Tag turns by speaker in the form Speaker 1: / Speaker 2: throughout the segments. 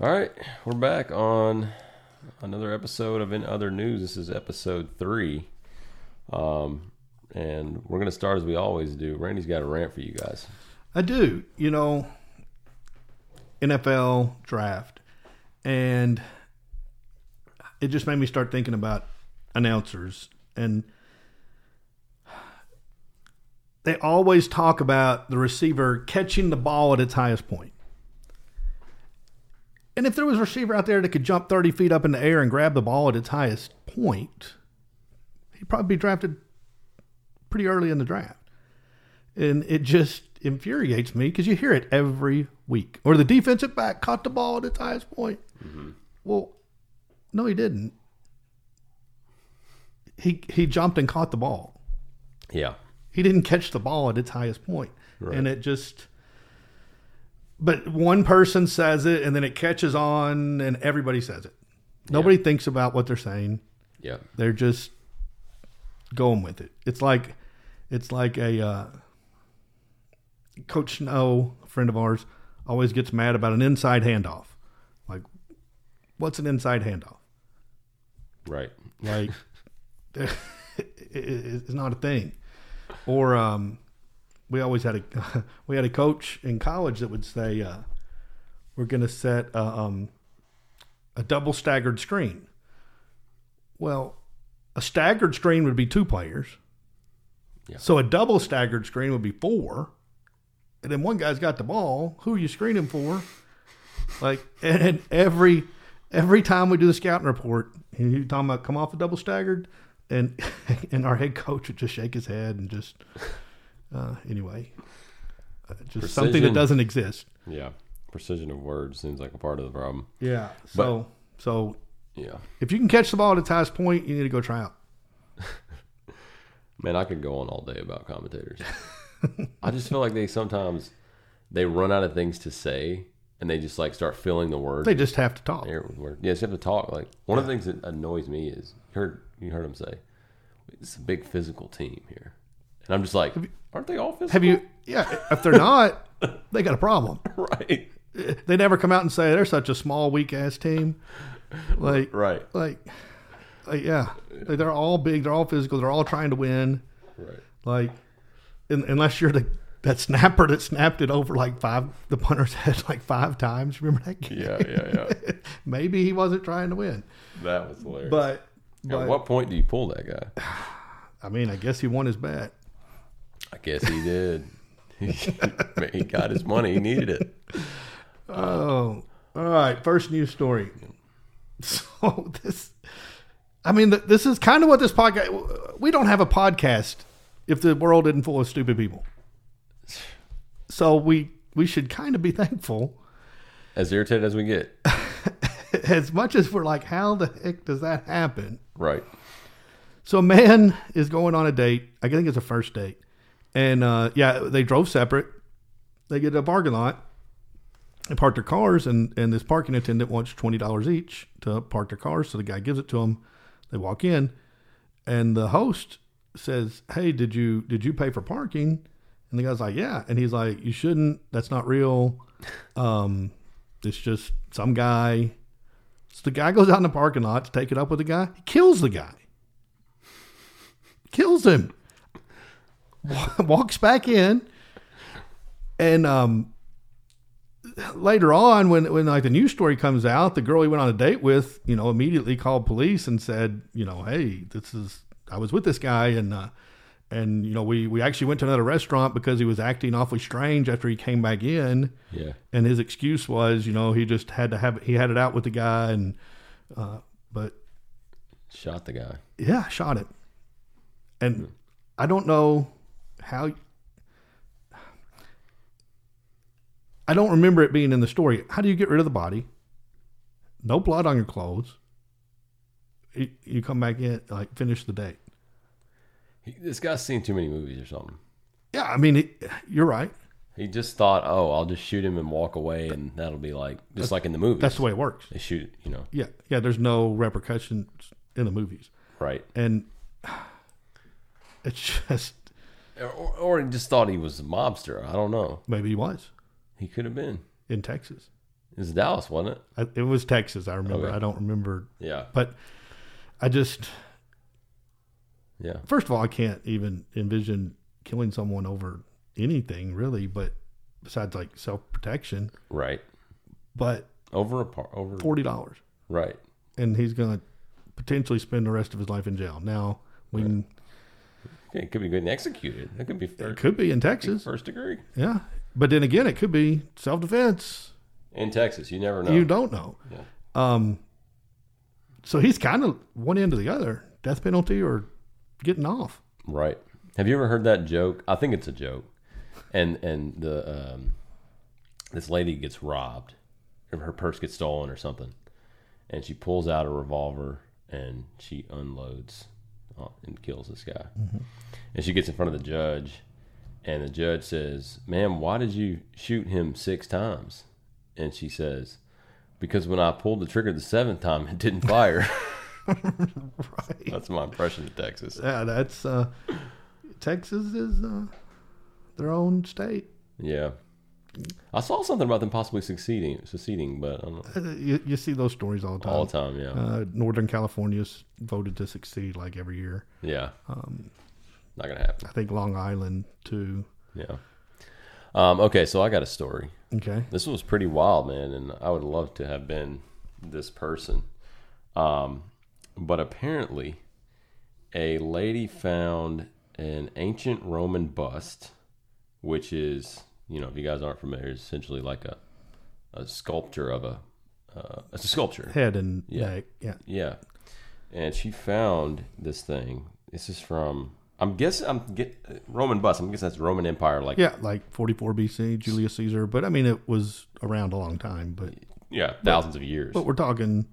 Speaker 1: All right, we're back on another episode of In Other News. This is episode three, um, and we're gonna start as we always do. Randy's got a rant for you guys.
Speaker 2: I do. You know, NFL draft, and it just made me start thinking about announcers, and they always talk about the receiver catching the ball at its highest point. And if there was a receiver out there that could jump 30 feet up in the air and grab the ball at its highest point, he'd probably be drafted pretty early in the draft and it just infuriates me because you hear it every week. Or the defensive back caught the ball at its highest point. Well, no, he didn't. He he jumped and caught the ball.
Speaker 1: Yeah,
Speaker 2: He didn't catch the ball at its highest point,
Speaker 1: Right.
Speaker 2: and it just. But one person says it, and then it catches on, and everybody says it. Nobody thinks about what they're saying
Speaker 1: yeah,
Speaker 2: they're just going with it. It's like it's like a uh, Coach Snow, a friend of ours, always gets mad about an inside handoff. Like, what's an inside handoff?
Speaker 1: right.
Speaker 2: Like, it- it- it's not a thing. Or um, we always had a we had a coach in college that would say, uh, "We're going to set uh, um, a double staggered screen." Well, a staggered screen would be two players.
Speaker 1: Yeah.
Speaker 2: So a double staggered screen would be four, and then one guy's got the ball. Who are you screening for? Like, and, and every every time we do the scouting report, and you talking about come off a double staggered, and and our head coach would just shake his head and just uh, anyway, uh, just something
Speaker 1: Precision.
Speaker 2: that doesn't exist.
Speaker 1: Yeah, precision of words seems like a part of the problem.
Speaker 2: Yeah. So so
Speaker 1: Yeah,
Speaker 2: if you can catch the ball at its highest point, you need to go try out.
Speaker 1: man, I could go on all day about commentators. I just feel like they sometimes they run out of things to say, and they just like start filling the words.
Speaker 2: They just have to talk.
Speaker 1: Air with word. Yeah, so you have to talk. Like one of the things that annoys me is you heard you heard him say, "It's a big physical team here," and I'm just like, "Aren't they all physical?"
Speaker 2: Have you? Yeah. If they're not, they got a problem.
Speaker 1: right?
Speaker 2: They never come out and say they're such a small, weak ass team. Like,
Speaker 1: Right.
Speaker 2: like, like, yeah. Like, they're all big. They're all physical. They're all trying to win.
Speaker 1: Right.
Speaker 2: Like, un unless you're the that snapper that snapped it over like five, the punter's head like five times. Remember that game?
Speaker 1: Yeah, yeah, yeah.
Speaker 2: Maybe he wasn't trying to win,
Speaker 1: that was hilarious.
Speaker 2: but,
Speaker 1: At
Speaker 2: but
Speaker 1: what point do you pull that guy?
Speaker 2: I mean, I guess he won his bet.
Speaker 1: I guess he did. Man, he got his money. He needed it.
Speaker 2: Oh, all right. First news story. So this, I mean, th- this is kind of what this podcast. We don't have a podcast if the world isn't full of stupid people. So we we should kind of be thankful.
Speaker 1: As irritated as we get.
Speaker 2: As much as we're like, how the heck does that happen?
Speaker 1: Right.
Speaker 2: So a man is going on a date. I think it's a first date, and uh, yeah, they drove separate. They get to a parking lot. They park their cars, and and this parking attendant wants twenty dollars each to park their cars. So the guy gives it to him. They walk in, and the host says, "Hey, did you did you pay for parking?" And the guy's like, "Yeah," and he's like, "You shouldn't. That's not real. Um, it's just some guy." So the guy goes out in the parking lot to take it up with the guy. He kills the guy kills him. Wa- Walks back in, and um, later on, when when like the news story comes out, the girl he went on a date with, you know, immediately called police and said, you know, hey, this is I was with this guy, and uh, and you know, we we actually went to another restaurant because he was acting awfully strange after he came back in
Speaker 1: Yeah.
Speaker 2: and his excuse was, you know, he just had to have he had it out with the guy, and uh, but
Speaker 1: Shot the guy.
Speaker 2: yeah, I shot it. And I don't know how. I don't remember it being in the story. How do you get rid of the body? No blood on your clothes. You, you come back in, like, finish the date.
Speaker 1: He, this guy's seen too many movies or something.
Speaker 2: Yeah, I mean, it, you're right.
Speaker 1: He just thought, "Oh, I'll just shoot him and walk away, and that'll be like just like in the movies."
Speaker 2: That's the way it works.
Speaker 1: they shoot. You know.
Speaker 2: Yeah, yeah, there's no repercussions in the movies.
Speaker 1: Right.
Speaker 2: And it's just,
Speaker 1: Or, or he just thought he was a mobster. I don't know.
Speaker 2: maybe he was
Speaker 1: He could have been
Speaker 2: in Texas.
Speaker 1: It's Dallas, wasn't it?
Speaker 2: I- It was Texas. I remember.
Speaker 1: Okay.
Speaker 2: I don't remember,
Speaker 1: Yeah,
Speaker 2: but I just
Speaker 1: yeah.
Speaker 2: first of all, I can't even envision killing someone over anything really, but besides like self protection.
Speaker 1: Right
Speaker 2: But
Speaker 1: over a par over.
Speaker 2: forty dollars,
Speaker 1: Right.
Speaker 2: and he's going to potentially spend the rest of his life in jail. Now we can,
Speaker 1: Okay, it could be getting executed. That could be
Speaker 2: it
Speaker 1: first,
Speaker 2: could be in Texas,
Speaker 1: first degree
Speaker 2: yeah. But then again, it could be self defense.
Speaker 1: in Texas. You never know.
Speaker 2: You don't know.
Speaker 1: Yeah.
Speaker 2: Um, so he's kind of one end or the other: death penalty or getting off.
Speaker 1: Right. Have you ever heard that joke? I think it's a joke. And and the um, this lady gets robbed, or her purse gets stolen or something, and she pulls out a revolver and she unloads uh, and kills this guy. And she gets in front of the judge, and the judge says, "Ma'am, why did you shoot him six times?" And she says, "Because when I pulled the trigger the seventh time, it didn't fire."
Speaker 2: Right.
Speaker 1: That's my impression of Texas.
Speaker 2: Yeah, that's uh, Texas is uh, their own state.
Speaker 1: Yeah. I saw something about them possibly succeeding, succeeding, but I don't know.
Speaker 2: Uh, You, you see those stories all the time.
Speaker 1: all the time. Yeah,
Speaker 2: Uh, Northern California's voted to succeed like every year.
Speaker 1: yeah, not gonna happen.
Speaker 2: I think Long Island too.
Speaker 1: Yeah. Um, okay, so I got a story.
Speaker 2: Okay.
Speaker 1: This was pretty wild, man, and I would love to have been this person. Um, but apparently, a lady found an ancient Roman bust, which is, you know, if you guys aren't familiar, it's essentially like a a sculpture of a uh, it's a sculpture.
Speaker 2: Head and
Speaker 1: Yeah.
Speaker 2: neck. Yeah.
Speaker 1: Yeah, and she found this thing. This is from I'm guessing I'm get Roman bus. I'm guessing that's Roman Empire. Like yeah,
Speaker 2: Yeah, like 44 BC, Julius Caesar. But I mean, it was around a long time, but,
Speaker 1: thousands of years.
Speaker 2: but we're talking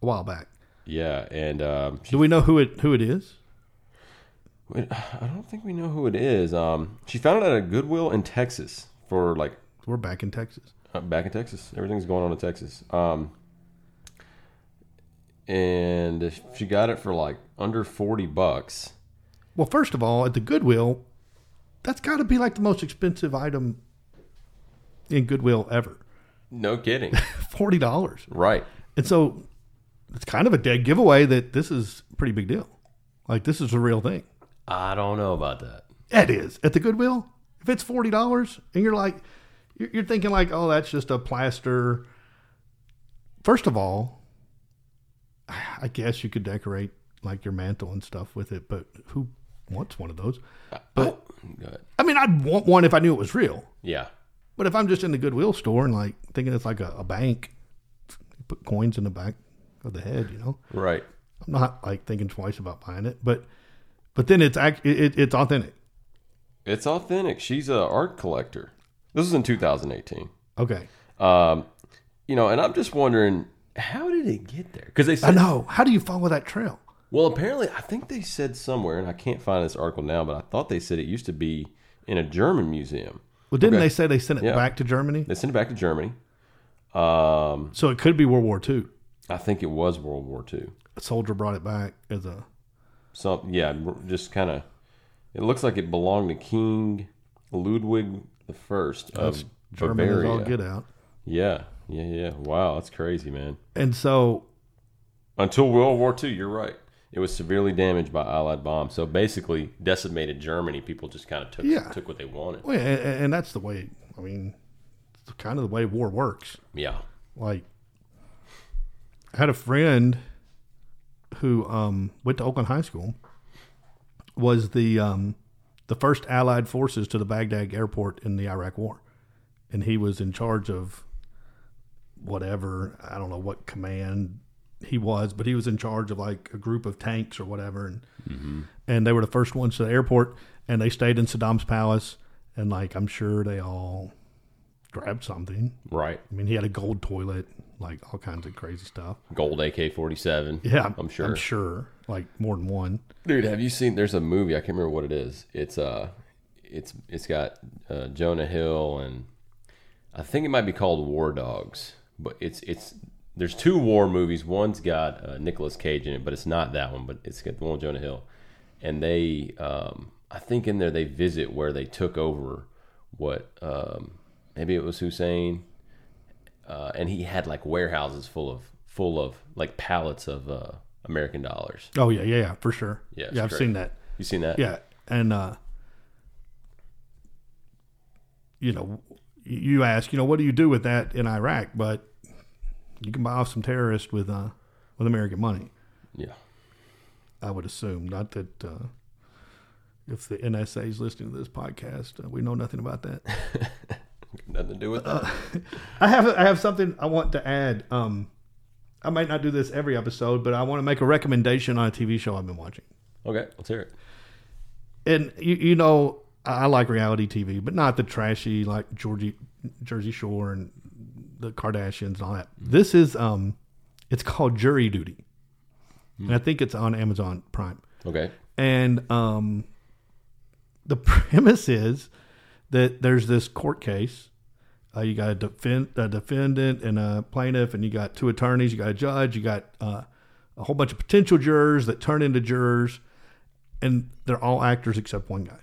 Speaker 2: a while back.
Speaker 1: Yeah, and um, she,
Speaker 2: Do we know who it who it is?
Speaker 1: I don't think we know who it is. Um, she found it at a Goodwill in Texas for like
Speaker 2: We're back in Texas.
Speaker 1: uh, back in Texas. Everything's going on in Texas. Um, and she got it for like under forty bucks.
Speaker 2: Well, first of all, at the Goodwill, that's got to be like the most expensive item in Goodwill ever.
Speaker 1: No kidding.
Speaker 2: $40.
Speaker 1: right.
Speaker 2: And so it's kind of a dead giveaway that this is a pretty big deal. Like this is a real thing.
Speaker 1: I don't know about that.
Speaker 2: It is at the Goodwill. If it's forty dollars and you're like, you're, you're thinking like, oh, that's just a plaster. First of all, I guess you could decorate like your mantle and stuff with it, but who wants one of those? But-
Speaker 1: Oh, go ahead.
Speaker 2: I mean, I'd want one if I knew it was real.
Speaker 1: yeah,
Speaker 2: But if I'm just in the Goodwill store and like thinking it's like a, a bank, you put coins in the back of the head, you know.
Speaker 1: right.
Speaker 2: I'm not like thinking twice about buying it, but but then it's act it, it, it's authentic.
Speaker 1: It's authentic. She's a art collector. This is in 2018.
Speaker 2: Okay,
Speaker 1: Um, you know, and I'm just wondering how did it get there? Because they
Speaker 2: I
Speaker 1: said,
Speaker 2: know. How do you follow that trail?
Speaker 1: well, apparently, I think they said somewhere, and I can't find this article now, but I thought they said it used to be in a German museum.
Speaker 2: Well, didn't
Speaker 1: Okay.
Speaker 2: they say they sent it
Speaker 1: Yeah.
Speaker 2: back to Germany?
Speaker 1: They sent it back to Germany. Um,
Speaker 2: So it could be World War II.
Speaker 1: I think it was World War II.
Speaker 2: A soldier brought it back as a
Speaker 1: Some, yeah, just kind of. It looks like it belonged to King Ludwig the First of
Speaker 2: German as all
Speaker 1: Bavaria.
Speaker 2: get out.
Speaker 1: Yeah, yeah, yeah. Wow, that's crazy, man.
Speaker 2: And so
Speaker 1: Until World War II, you're right. It was severely damaged by Allied bombs. So basically, decimated Germany. People just kind of took
Speaker 2: Yeah.
Speaker 1: took what they wanted.
Speaker 2: well, yeah, and, and that's the way. I mean, it's kind of the way war works.
Speaker 1: Yeah.
Speaker 2: Like, I had a friend who um, went to Oakland High School. Was the um, the first Allied forces to the Baghdad airport in the Iraq War, and he was in charge of whatever I don't know what command he was, but he was in charge of like a group of tanks or whatever, and and they were the first ones to the airport, and they stayed in Saddam's palace, and like I'm sure they all grabbed something
Speaker 1: Right.
Speaker 2: I mean, he had a gold toilet, like all kinds of crazy stuff.
Speaker 1: Gold AK forty seven.
Speaker 2: Yeah,
Speaker 1: I'm sure.
Speaker 2: I'm sure, like more than one.
Speaker 1: Dude, have you seen? There's a movie. I can't remember what it is. It's uh, it's it's got uh, Jonah Hill and I think it might be called War Dogs. But it's it's there's two war movies. One's got uh, Nicolas Cage in it, but it's not that one. But it's got the one with Jonah Hill, and they um, I think in there they visit where they took over what um, maybe it was Hussein uh, and he had like warehouses full of full of like pallets of uh, American dollars.
Speaker 2: Oh yeah, yeah, yeah, for sure.
Speaker 1: Yeah, it's
Speaker 2: yeah, I've
Speaker 1: great.
Speaker 2: seen that.
Speaker 1: You seen that?
Speaker 2: Yeah, and uh, you know, you ask, you know, what do you do with that in Iraq? But you can buy off some terrorists with uh, with American money.
Speaker 1: yeah.
Speaker 2: I would assume. Not that uh, if the NSA is listening to this podcast, uh, we know nothing about that.
Speaker 1: Nothing to do with that.
Speaker 2: I have I have something I want to add. Um, I might not do this every episode, but I want to make a recommendation on a TV show I've been watching.
Speaker 1: Okay, let's hear it.
Speaker 2: And you, you know, I I like reality TV, but not the trashy like Georgie Jersey Shore and the Kardashians and all that. This is um, it's called Jury Duty, and I think it's on Amazon Prime.
Speaker 1: Okay.
Speaker 2: and um, the premise is that there's this court case. Uh, you got a, defend, a defendant and a plaintiff, and you got two attorneys, you got a judge, you got uh, a whole bunch of potential jurors that turn into jurors, and they're all actors except one guy.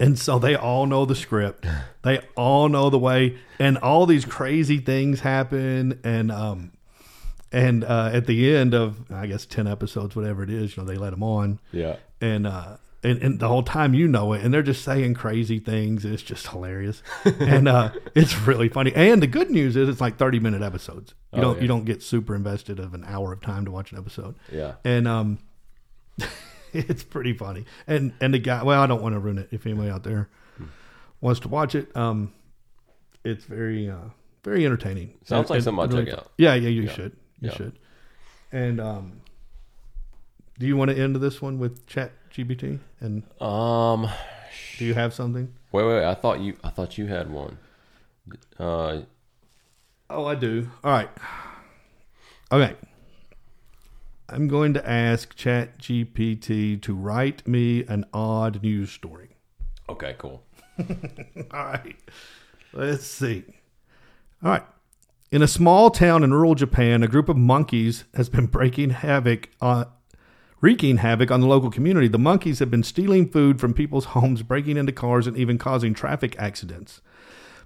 Speaker 2: And so they all know the script. They all know the way, and all these crazy things happen. And um, and uh, at the end of I guess ten episodes, whatever it is, you know, they let them on,
Speaker 1: Yeah.
Speaker 2: and uh, and, and the whole time you know it, and they're just saying crazy things, and it's just hilarious, and uh, it's really funny. And the good news is, it's like thirty minute episodes. You
Speaker 1: Oh,
Speaker 2: don't
Speaker 1: yeah.
Speaker 2: you don't get super invested of an hour of time to watch an episode,
Speaker 1: Yeah.
Speaker 2: and um, it's pretty funny. And and the guy, well, I don't want to ruin it if anybody out there wants to watch it. Um, it's very uh, very entertaining.
Speaker 1: Sounds like
Speaker 2: And-
Speaker 1: something I'll
Speaker 2: and
Speaker 1: check out.
Speaker 2: Yeah, yeah, you should, you
Speaker 1: yeah.
Speaker 2: should. And um, do you want to end this one with Chat GBT? And
Speaker 1: Um.
Speaker 2: do you have something?
Speaker 1: Wait, wait. I thought you. I thought you had one. Uh.
Speaker 2: Oh, I do. All right. Okay. I'm going to ask Chat GPT to write me an odd news story.
Speaker 1: Okay. Cool.
Speaker 2: All right. Let's see. All right. In a small town in rural Japan, a group of monkeys has been breaking havoc on wreaking havoc on the local community. The monkeys have been stealing food from people's homes, breaking into cars and even causing traffic accidents.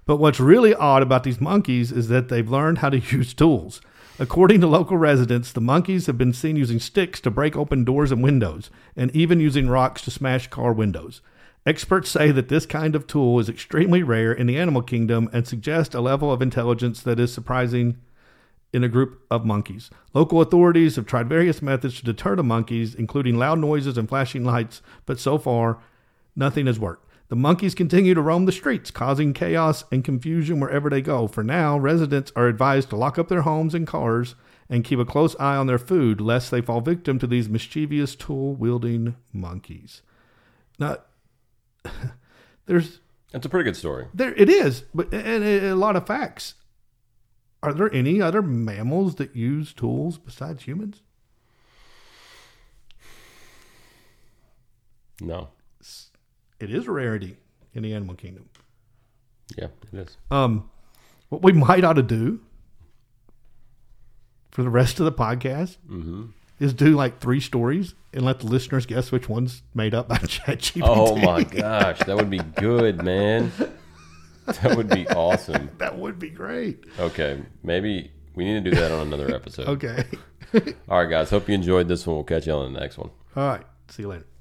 Speaker 2: But what's really odd about these monkeys is that they've learned how to use tools. According to local residents, the monkeys have been seen using sticks to break open doors and windows, and even using rocks to smash car windows. Experts say that this kind of tool is extremely rare in the animal kingdom and suggest a level of intelligence that is surprising in a group of monkeys. Local authorities have tried various methods to deter the monkeys, including loud noises and flashing lights, but so far, nothing has worked. The monkeys continue to roam the streets, causing chaos and confusion wherever they go. For now, residents are advised to lock up their homes and cars and keep a close eye on their food, lest they fall victim to these mischievous tool wielding monkeys. Now, there's
Speaker 1: That's a pretty good story.
Speaker 2: there it is, but and a a lot of facts. Are there any other mammals that use tools besides humans?
Speaker 1: No.
Speaker 2: It is a rarity in the animal kingdom.
Speaker 1: Yeah. It is.
Speaker 2: Um, what we might ought to do for the rest of the podcast
Speaker 1: Mm-hmm.
Speaker 2: is do like three stories and let the listeners guess which one's made up by ChatGPT.
Speaker 1: Oh my gosh, that would be good, man. That would be awesome.
Speaker 2: that would be great.
Speaker 1: Okay, maybe we need to do that on another episode.
Speaker 2: Okay,
Speaker 1: All right, guys. Hope you enjoyed this one. We'll catch you on the next one.
Speaker 2: all right. See you later.